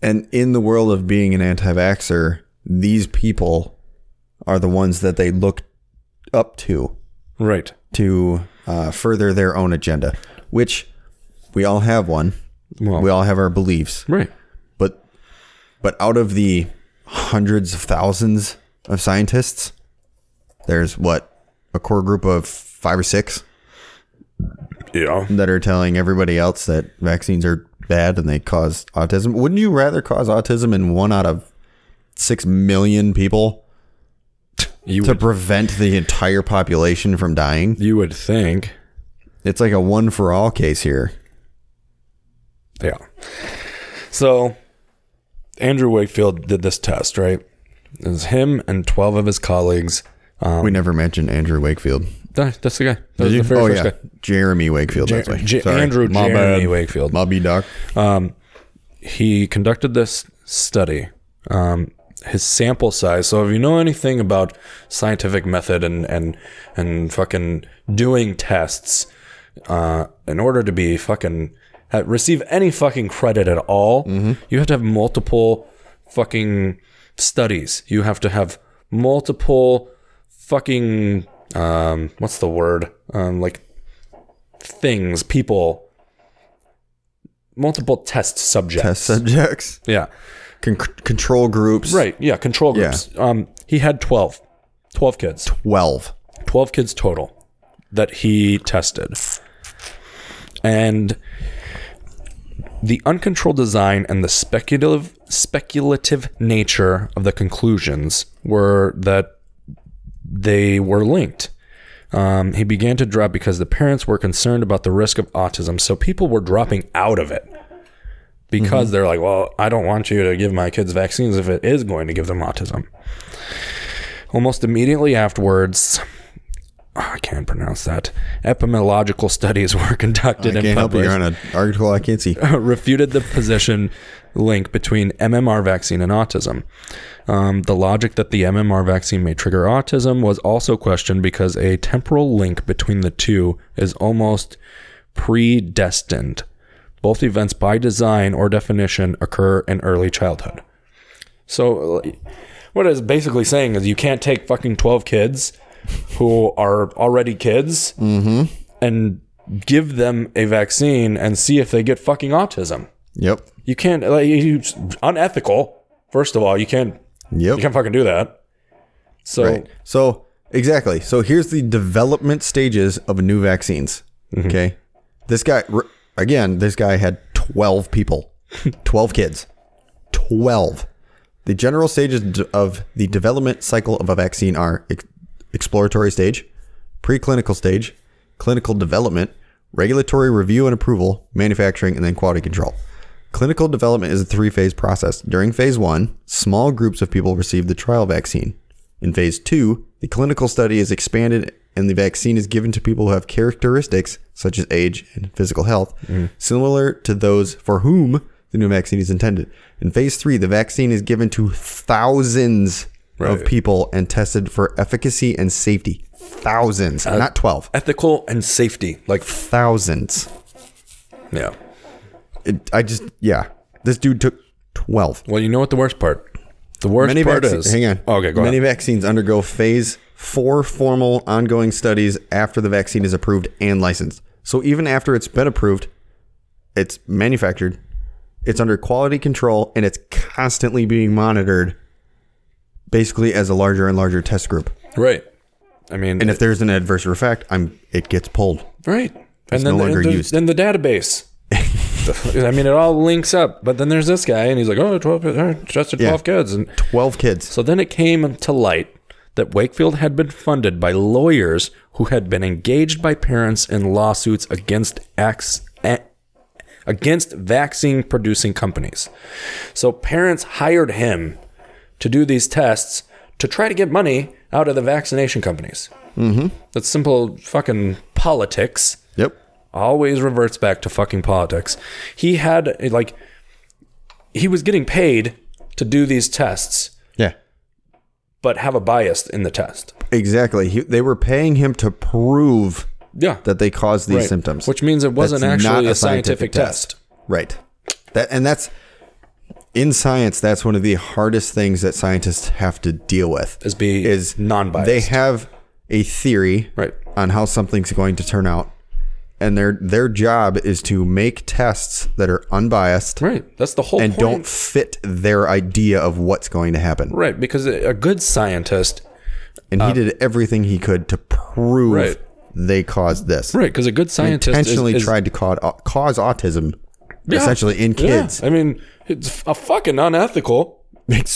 B: and in the world of being an anti-vaxxer, these people are the ones that they look up to
A: Right.
B: to uh, further their own agenda, which we all have one.
A: Well-
B: we all have our beliefs,
A: Right.
B: but but out of the hundreds of thousands of scientists, there's what a core group of five or six
A: Yeah.
B: that are telling everybody else that vaccines are bad and they cause autism. Wouldn't you rather cause autism in one out of six million people
A: You
B: to
A: would,
B: prevent the entire population from dying?
A: you would think.
B: It's like a one for all case here.
A: Yeah. So Andrew Wakefield did this test, right? It was him and 12 of his colleagues.
B: we never mentioned Andrew Wakefield.
A: Um, That- That's the guy. That was
B: Did
A: the
B: you?
A: very
B: Oh
A: first
B: yeah, Jeremy Wakefield. that's
A: guy.
B: why.
A: J-
B: Sorry.
A: Andrew
B: My
A: Jeremy
B: bad.
A: Wakefield.
B: Mobby Doc.
A: he conducted this study. Um, his sample size. So if you know anything about scientific method and and and fucking doing tests, uh, in order to be fucking ha- receive any fucking credit at all, you have to have multiple fucking studies. You have to have multiple fucking um, what's the word? Um, like things, people. Multiple test subjects.
B: Test subjects.
A: Yeah.
B: Con- control groups.
A: Right. Yeah. Control groups. Um, he had 12, 12 kids,
B: Twelve.
A: 12 kids total that he tested. And the uncontrolled design and the speculative speculative nature of the conclusions were that they were linked. Um, he began to drop because the parents were concerned about the risk of autism, so people were dropping out of it
B: Mm-hmm.
A: because they're like, "Well, I don't want you to give my kids vaccines if it is going to give them autism." Almost immediately afterwards, I can't pronounce that. Epidemiological studies were conducted
B: I
A: and
B: can't help you.
A: published
B: You're on an article I can't see.
A: refuted the position link between MMR vaccine and autism. Um, the logic that the MMR vaccine may trigger autism was also questioned because a temporal link between the two is almost predestined. Both events, by design or definition, occur in early childhood. So, like, what it's basically saying is you can't take fucking 12 kids who are already kids and give them a vaccine and see if they get fucking autism.
B: Yep.
A: You can't like you, it's unethical. First of all, you can't
B: Yep.
A: you can't fucking do that. So
B: Right. So exactly. So here's the development stages of new vaccines. Okay. This guy r- again. This guy had twelve people, twelve kids, twelve. The general stages d- of the development cycle of a vaccine are ex- exploratory stage, preclinical stage, clinical development, regulatory review and approval, manufacturing, and then quality control. Clinical development is a three phase process. During phase one, small groups of people receive the trial vaccine. In phase two, the clinical study is expanded and the vaccine is given to people who have characteristics such as age and physical health similar to those for whom the new vaccine is intended. In phase three, the vaccine is given to thousands of people and tested for efficacy and safety. Thousands, not 12.
A: ethical and safety, like
B: Thousands.
A: yeah.
B: It, I just, yeah. This dude took 12.
A: Well, you know what the worst part? The worst
B: Many
A: part
B: vaccines.
A: is Oh,
B: Hang on.
A: Okay, go
B: Many
A: ahead.
B: vaccines undergo phase four formal ongoing studies after the vaccine is approved and licensed. So even after it's been approved, it's manufactured, it's under quality control, and it's constantly being monitored, basically as a larger and larger test group.
A: Right. I mean,
B: And if there's an adverse effect, I'm it gets pulled.
A: right.
B: It's
A: then
B: no
A: the,
B: longer
A: the-
B: used.
A: Then the database. I mean, it all links up. But then there's this guy, and he's like, "Oh, 12, uh, trusted
B: Yeah.
A: twelve kids," and
B: 12 kids.
A: so then it came to light that Wakefield had been funded by lawyers who had been engaged by parents in lawsuits against acts. a- Against vaccine producing companies. So parents hired him to do these tests to try to get money out of the vaccination companies. Mm-hmm. That's simple fucking politics
B: Yep.
A: always reverts back to fucking politics. He had like he was getting paid to do these tests,
B: Yeah.
A: but have a bias in the test.
B: Exactly. He, they were paying him to prove
A: Yeah,
B: that they caused these
A: Right.
B: symptoms.
A: Which means it wasn't
B: That's not
A: actually a scientific, test.
B: Right. That and that's in science that's one of the hardest things that scientists have to deal with.
A: Is be
B: is
A: non-biased.
B: They have a theory
A: Right.
B: on how something's going to turn out. And their their job is to make tests that are unbiased
A: right. That's the whole
B: and
A: point.
B: don't fit their idea of what's going to happen.
A: right because a a good scientist
B: And he did everything he could to prove
A: Right.
B: they caused this.
A: right because a good scientist is-
B: Intentionally
A: is,
B: tried to cause, cause autism
A: Yeah.
B: essentially in
A: Yeah.
B: kids.
A: I mean, it's a fucking unethical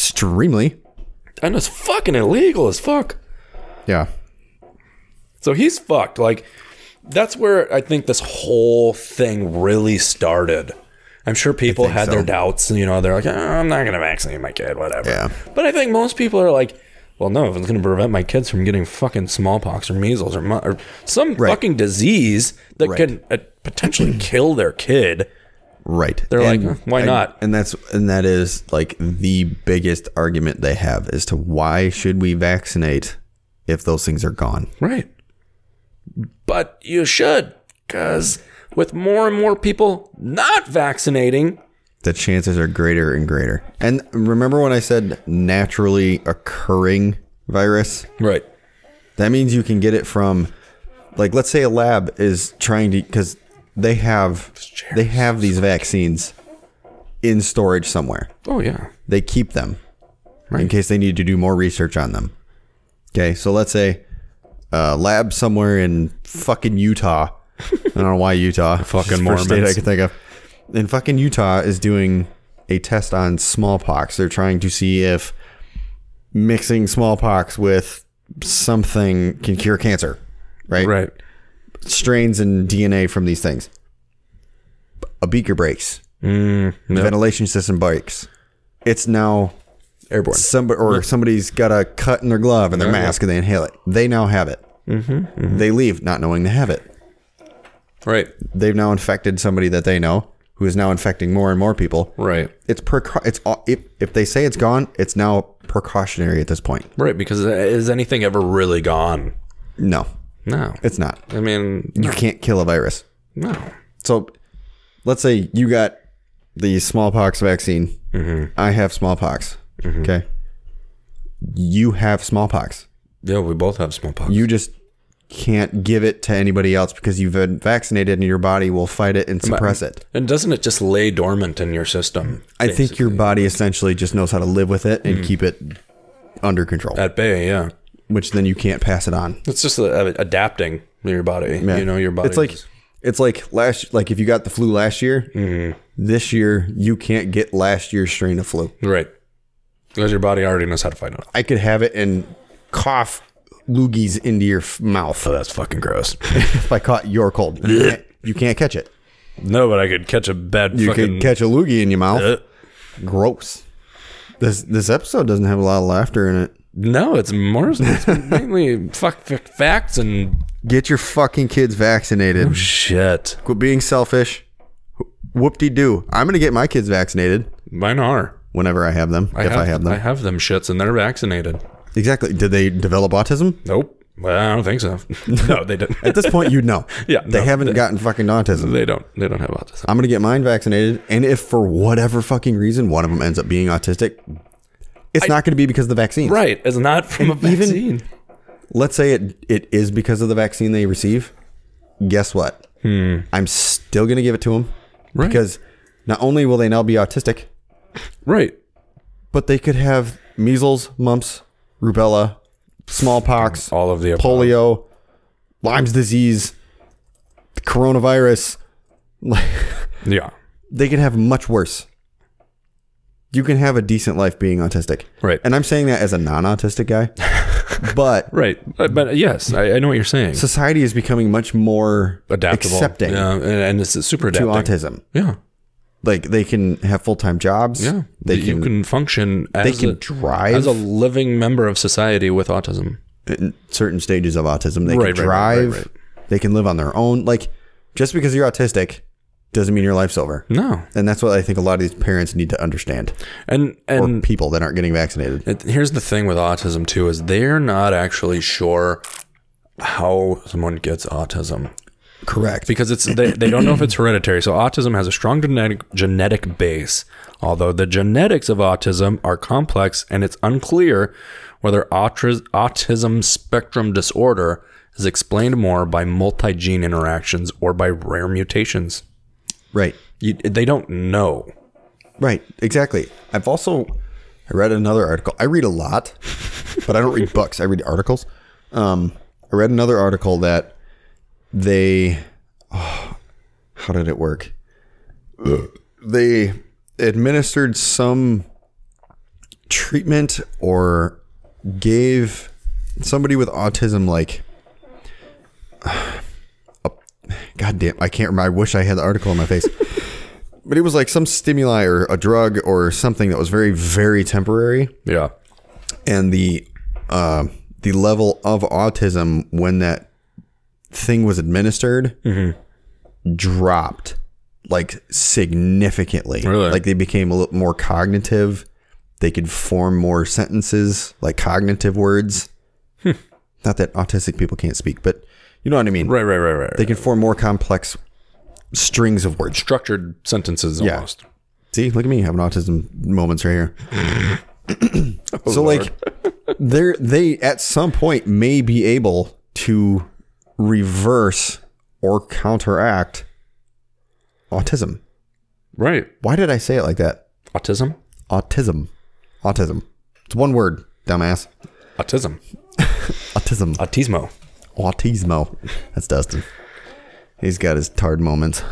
B: Extremely.
A: and it's fucking illegal as fuck.
B: Yeah.
A: So he's fucked. Like that's where I think this whole thing really started. I'm sure people had their
B: so.
A: doubts, you know, they're like, "Oh, I'm not going to vaccinate my kid, whatever.
B: Yeah.
A: But I think most people are like, well, no, if it's going to prevent my kids from getting fucking smallpox or measles or, mu- or some fucking disease that
B: Right.
A: can uh, potentially kill their kid,
B: Right.
A: they're like, "Huh, why
B: I-
A: not?
B: And that's and that is like the biggest argument they have as to why should we vaccinate if those things are gone.
A: Right. But you should, because with more and more people not vaccinating,
B: The chances are greater and greater. And remember when I said naturally occurring virus?
A: right.
B: That means you can get it from like let's say a lab is trying to cuz they have they have these vaccines in storage somewhere.
A: Oh, yeah.
B: they keep them in case they need to do more research on them. Okay, so let's say a lab somewhere in fucking Utah. I don't know why Utah. fucking
A: Mormons.
B: state I can think of. In fucking Utah is doing a test on smallpox. They're trying to see if mixing smallpox with something can cure cancer, right?
A: Right.
B: Strains and DNA from these things. A beaker breaks. The ventilation system breaks. It's now
A: Airborne.
B: somebody or somebody's got a cut in their glove and their mask and they inhale it. They now have it. Mm-hmm, They leave not knowing they have it.
A: Right.
B: They've now infected somebody that they know who is now infecting more and more people.
A: Right.
B: It's precau- it's all- if, if they say it's gone, it's now precautionary at this point.
A: Right. Because uh, is anything ever really gone?
B: No,
A: No.
B: it's not.
A: I mean,
B: You can't kill a virus.
A: no.
B: So let's say you got the smallpox vaccine. I have smallpox. Okay. You have smallpox.
A: Yeah, we both have smallpox.
B: you just can't give it to anybody else because you've been vaccinated and your body will fight it and suppress it.
A: and doesn't it just lay dormant in your system
B: I think your body essentially just knows how to live with it and
A: Mm.
B: keep it under control,
A: at bay? Yeah.
B: which then you can't pass it on.
A: It's just uh, adapting your body. You know, your body.
B: It's like
A: is-
B: it's like last like if you got the flu last year,
A: Mm-hmm.
B: this year you can't get last year's strain of flu.
A: right. Because your body already knows how to fight it. off.
B: I could have it and cough loogies into your f- mouth
A: Oh, that's fucking gross.
B: if I caught your cold. You can't, you can't catch it.
A: no, but I could catch a bad
B: You
A: fucking.
B: could catch a loogie in your mouth.
A: Uh,
B: gross. This this episode doesn't have a lot of laughter in it.
A: no, it's more. It's mainly fuck fuck facts and
B: Get your fucking kids vaccinated.
A: shit.
B: Quit being selfish. Whoop de doo. I'm gonna get my kids vaccinated
A: Mine are.
B: whenever I have them. if I have them.
A: I have them shits, and they're vaccinated.
B: Exactly. Did they develop autism?
A: Nope. Well, I don't think so. no, they don't.
B: At this point, you'd know.
A: Yeah,
B: They
A: no,
B: haven't gotten fucking autism.
A: they don't. They don't have autism.
B: I'm gonna get mine vaccinated, and if for whatever fucking reason one of them ends up being autistic, it's not gonna be because of the vaccine.
A: Right. It's not from a vaccine.
B: let's say it it is because of the vaccine they receive, guess what? I'm still gonna give it to them
A: Hmm. Right.
B: because not only will they now be autistic,
A: right.
B: but they could have measles, mumps, rubella, smallpox,
A: Oh. All of the above.
B: polio, Lyme's disease, the coronavirus. Like
A: Yeah.
B: they can have much worse. You can have a decent life being autistic.
A: Right.
B: And I'm saying that as a non-autistic guy. but
A: right. But, but yes, I, I know what you're saying.
B: society is becoming much more
A: Adaptable.
B: accepting
A: Yeah, and, and it's super
B: to
A: adapting.
B: autism.
A: Yeah.
B: Like they can have full-time jobs.
A: Yeah.
B: They
A: you
B: can,
A: can, function as
B: they can
A: a,
B: drive
A: as a living member of society with autism.
B: in certain stages of autism. They
A: Right,
B: can
A: right, right, right,
B: drive. They can live on their own. Like just because you're autistic doesn't mean your life's over.
A: No.
B: And that's what I think a lot of these parents need to understand.
A: And
B: Or
A: and
B: people that aren't getting vaccinated.
A: it, here's the thing with autism too is they're not actually sure how someone gets autism.
B: Correct.
A: because it's they, they don't know if it's hereditary. So autism has a strong genetic genetic base, although the genetics of autism are complex and it's unclear whether autri- autism spectrum disorder is explained more by multi-gene interactions or by rare mutations.
B: right.
A: You, they don't know.
B: Right, exactly. I've also I read another article. I read a lot, but I don't read books. I read articles. Um, I read another article that they oh, how did it work? Uh, They administered some treatment or gave somebody with autism like God damn, I can't remember. I wish I had the article in my face. but it was like some stimuli or a drug or something that was very, very temporary.
A: Yeah.
B: And the uh, the level of autism when that thing was administered
A: Mm-hmm.
B: dropped like significantly.
A: Really?
B: Like they became a little more cognitive. They could form more sentences, like cognitive words.
A: Hmm.
B: Not that autistic people can't speak, but you know what I mean.
A: Right, right, right, right.
B: They can form more complex strings of words.
A: Structured sentences
B: Yeah.
A: almost.
B: See, look at me having autism moments right here. so like they're they at some point may be able to reverse or counteract autism.
A: Right.
B: Why did I say it like that?
A: Autism?
B: Autism. Autism. It's one word, dumbass.
A: Autism.
B: Autism.
A: Autismo.
B: Autismo. That's Dustin. He's got his tard moments.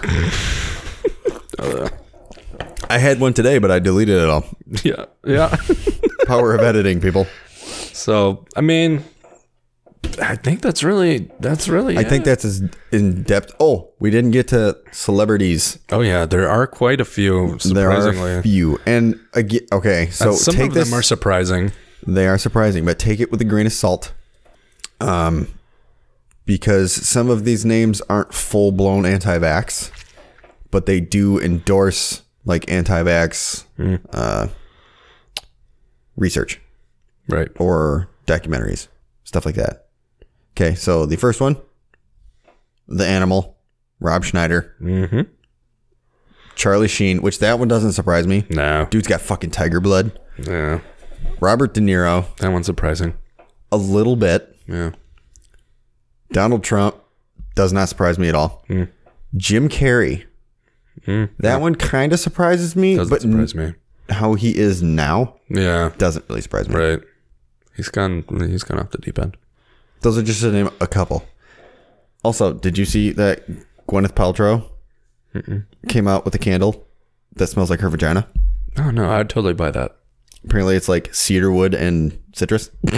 B: I had one today, but I deleted it all.
A: Yeah. Yeah.
B: Power of editing, people.
A: so, I mean, I think that's really that's really
B: I think that's as in depth. Oh, we didn't get to celebrities.
A: Oh yeah, there are quite a few.
B: There are
A: Surprisingly,
B: a few, and again, okay. So
A: some
B: take
A: of
B: this.
A: them are surprising.
B: they are surprising, but take it with a grain of salt, um, because some of these names aren't full blown anti-vax, but they do endorse like anti-vax
A: Mm.
B: uh, research
A: Right.
B: or documentaries, stuff like that. Okay, so the first one, the animal, Rob Schneider.
A: Mm-hmm.
B: Charlie Sheen, which that one doesn't surprise me.
A: No.
B: Dude's got fucking tiger blood.
A: Yeah.
B: Robert De Niro,
A: That one's surprising.
B: a little bit.
A: Yeah.
B: Donald Trump does not surprise me at all.
A: Hmm.
B: Jim Carrey. That one kind of surprises me,
A: Doesn't
B: but
A: surprise me.
B: how he is now
A: Yeah.
B: doesn't really surprise me.
A: Right. He's gone. He's gone off the deep end.
B: Those are just to name a couple. Also, did you see that Gwyneth Paltrow came out with a candle that smells like her vagina?
A: Oh no, I'd totally buy that.
B: Apparently, it's like cedarwood and citrus.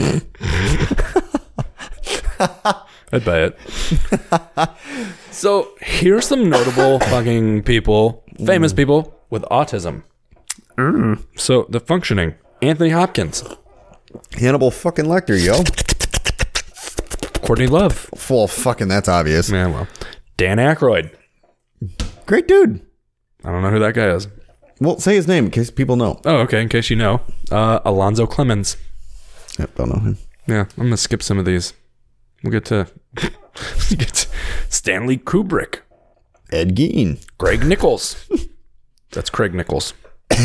A: I'd buy it. so here's some notable fucking people,
B: Mm.
A: famous people with autism. So the functioning Anthony Hopkins,
B: Hannibal fucking Lecter, yo.
A: Courtney Love.
B: Well, fucking, that's obvious.
A: Yeah, well, Dan Aykroyd.
B: Great dude.
A: I don't know who that guy is.
B: Well, say his name in case people know.
A: Oh, okay. In case you know, uh, Alonzo Clemens.
B: Yep, don't know him.
A: Yeah, I'm gonna skip some of these. We'll get to, we'll get to Stanley Kubrick,
B: Ed Gein.
A: Greg Nichols. That's Craig Nichols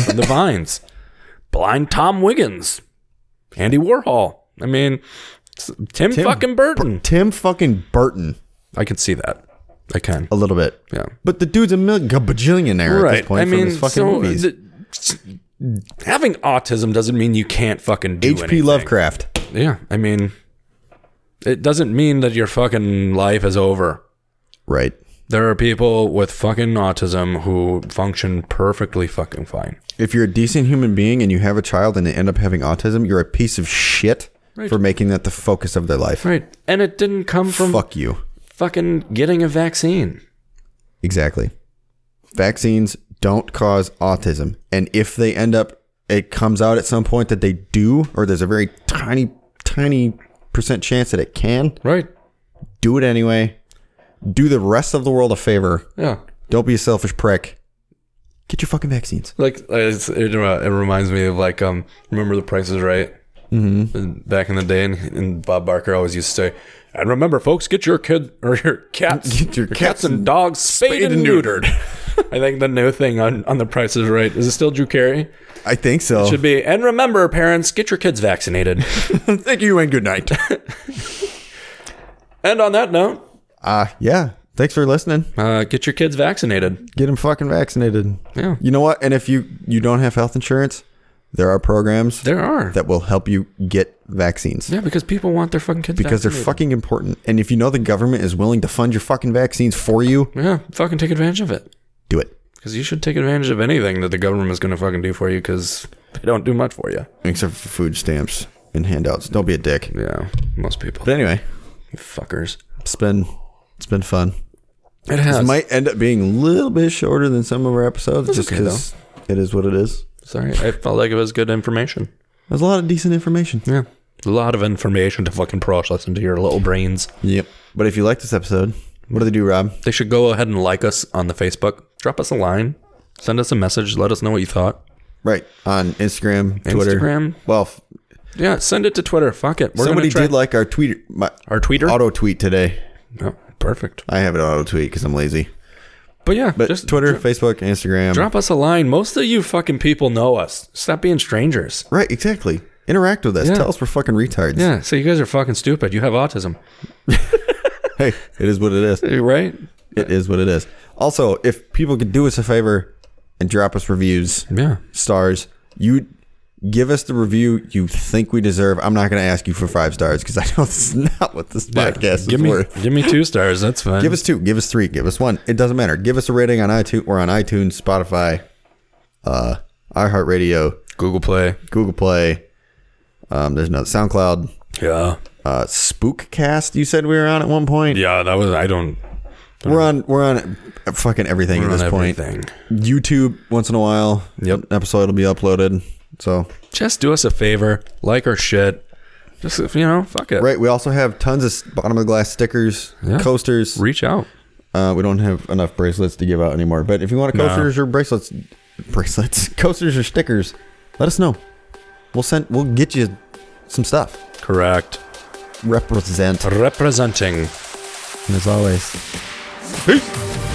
A: from The Vines. Blind Tom Wiggins, Andy Warhol. I mean, s- Tim, fucking Burton.
B: Tim fucking Burton.
A: I can see that. I can.
B: A little bit.
A: Yeah.
B: But the dude's a million, a bajillionaire at
A: Right.
B: this point
A: I
B: from
A: mean,
B: his fucking
A: so uh,
B: movies.
A: the- s- having autism doesn't mean you can't fucking do
B: H.P.
A: anything.
B: Lovecraft.
A: Yeah, I mean, it doesn't mean that your fucking life is over.
B: Right.
A: There are people with fucking autism who function perfectly fucking fine.
B: If you're a decent human being and you have a child and they end up having autism, you're a piece of shit
A: Right.
B: for making that the focus of their life.
A: Right. And it didn't come from
B: Fuck you.
A: fucking getting a vaccine.
B: Exactly. Vaccines don't cause autism. And if they end up, it comes out at some point that they do, or there's a very tiny, tiny percent chance that it can,
A: Right.
B: do it anyway. Do the rest of the world a favor.
A: Yeah.
B: Don't be a selfish prick. Get your fucking vaccines.
A: Like it's, it, uh, it reminds me of like um remember the Price is Right mm-hmm. back in the day, and, and Bob Barker always used to say, and remember, folks, get your kid or your cats,
B: Get your cats
A: and dogs spayed, and neutered. I think the new thing on on the Price is Right is it still Drew Carey?
B: I think so.
A: Should be and remember, parents, get your kids vaccinated.
B: Thank you and good night.
A: and on that note,
B: uh, yeah. Thanks for listening.
A: uh, get your kids vaccinated.
B: Get them fucking vaccinated.
A: Yeah,
B: You know what? And if you, you don't have health insurance, there are programs
A: there are.
B: that will help you get vaccines.
A: yeah, because people want their fucking kids
B: because they're fucking important. And if you know the government is willing to fund your fucking vaccines for you,
A: they're yeah, fucking take advantage of it.
B: do it.
A: Because you should take advantage of anything that the government's going to fucking do for you because they don't do much for you.
B: Except for food stamps and handouts. Don't be a dick.
A: Yeah, most people.
B: But anyway,
A: You fuckers.
B: it's been it's been fun.
A: It has.
B: It might end up being a little bit shorter than some of our episodes, just
A: okay,
B: because it is what it is.
A: Sorry, I felt like it was good information.
B: There's a lot of decent information.
A: Yeah. A lot of information to fucking process into your little brains.
B: Yep. But if you like this episode, what do they do, Rob?
A: They should go ahead and like us on the Facebook. Drop us a line. Send us a message. Let us know what you thought.
B: Right on Instagram, Twitter.
A: Instagram.
B: Well, f-
A: Yeah, send it to Twitter. Fuck it. We're
B: somebody
A: gonna try-
B: did like our tweet, my
A: our Twitter.
B: auto tweet today.
A: Oh, perfect.
B: I have it auto tweet because I'm lazy.
A: But yeah,
B: But
A: just
B: Twitter, Facebook, Instagram.
A: drop us a line. Most of you fucking people know us. Stop being strangers.
B: Right, exactly. Interact with us.
A: Yeah.
B: Tell us we're fucking retards.
A: Yeah, so you guys are fucking stupid. You have autism,
B: Hey, it is what it is.
A: right?
B: It is what it is. Also, if people could do us a favor and drop us reviews,
A: Yeah.
B: stars, you give us the review you think we deserve. I'm not going to ask you for five stars because I know this is not what this podcast is
A: give me
B: worth.
A: give me two stars. That's fine.
B: Give us two, give us three, give us one. It doesn't matter. Give us a rating on iTunes or on iTunes, Spotify, uh, iHeartRadio,
A: Google Play.
B: Google Play. Um, there's another SoundCloud,
A: Yeah,
B: uh, Spookcast. You said we were on at one point.
A: yeah. That was I don't.
B: We're on. We're on fucking everything
A: We're
B: at
A: on
B: this point.
A: everything.
B: YouTube once in a while.
A: Yep.
B: An episode will be uploaded. So
A: Just do us a favor, like our shit. Just you know, fuck it.
B: right, we also have tons of s- bottom of the glass stickers,
A: Yeah.
B: coasters.
A: Reach out.
B: Uh, we don't have enough bracelets to give out anymore. But if you want a
A: No.
B: coasters or bracelets, bracelets, coasters or stickers, let us know. We'll send. We'll get you some stuff.
A: Correct.
B: Represent.
A: Representing.
B: And as always,
A: Peace.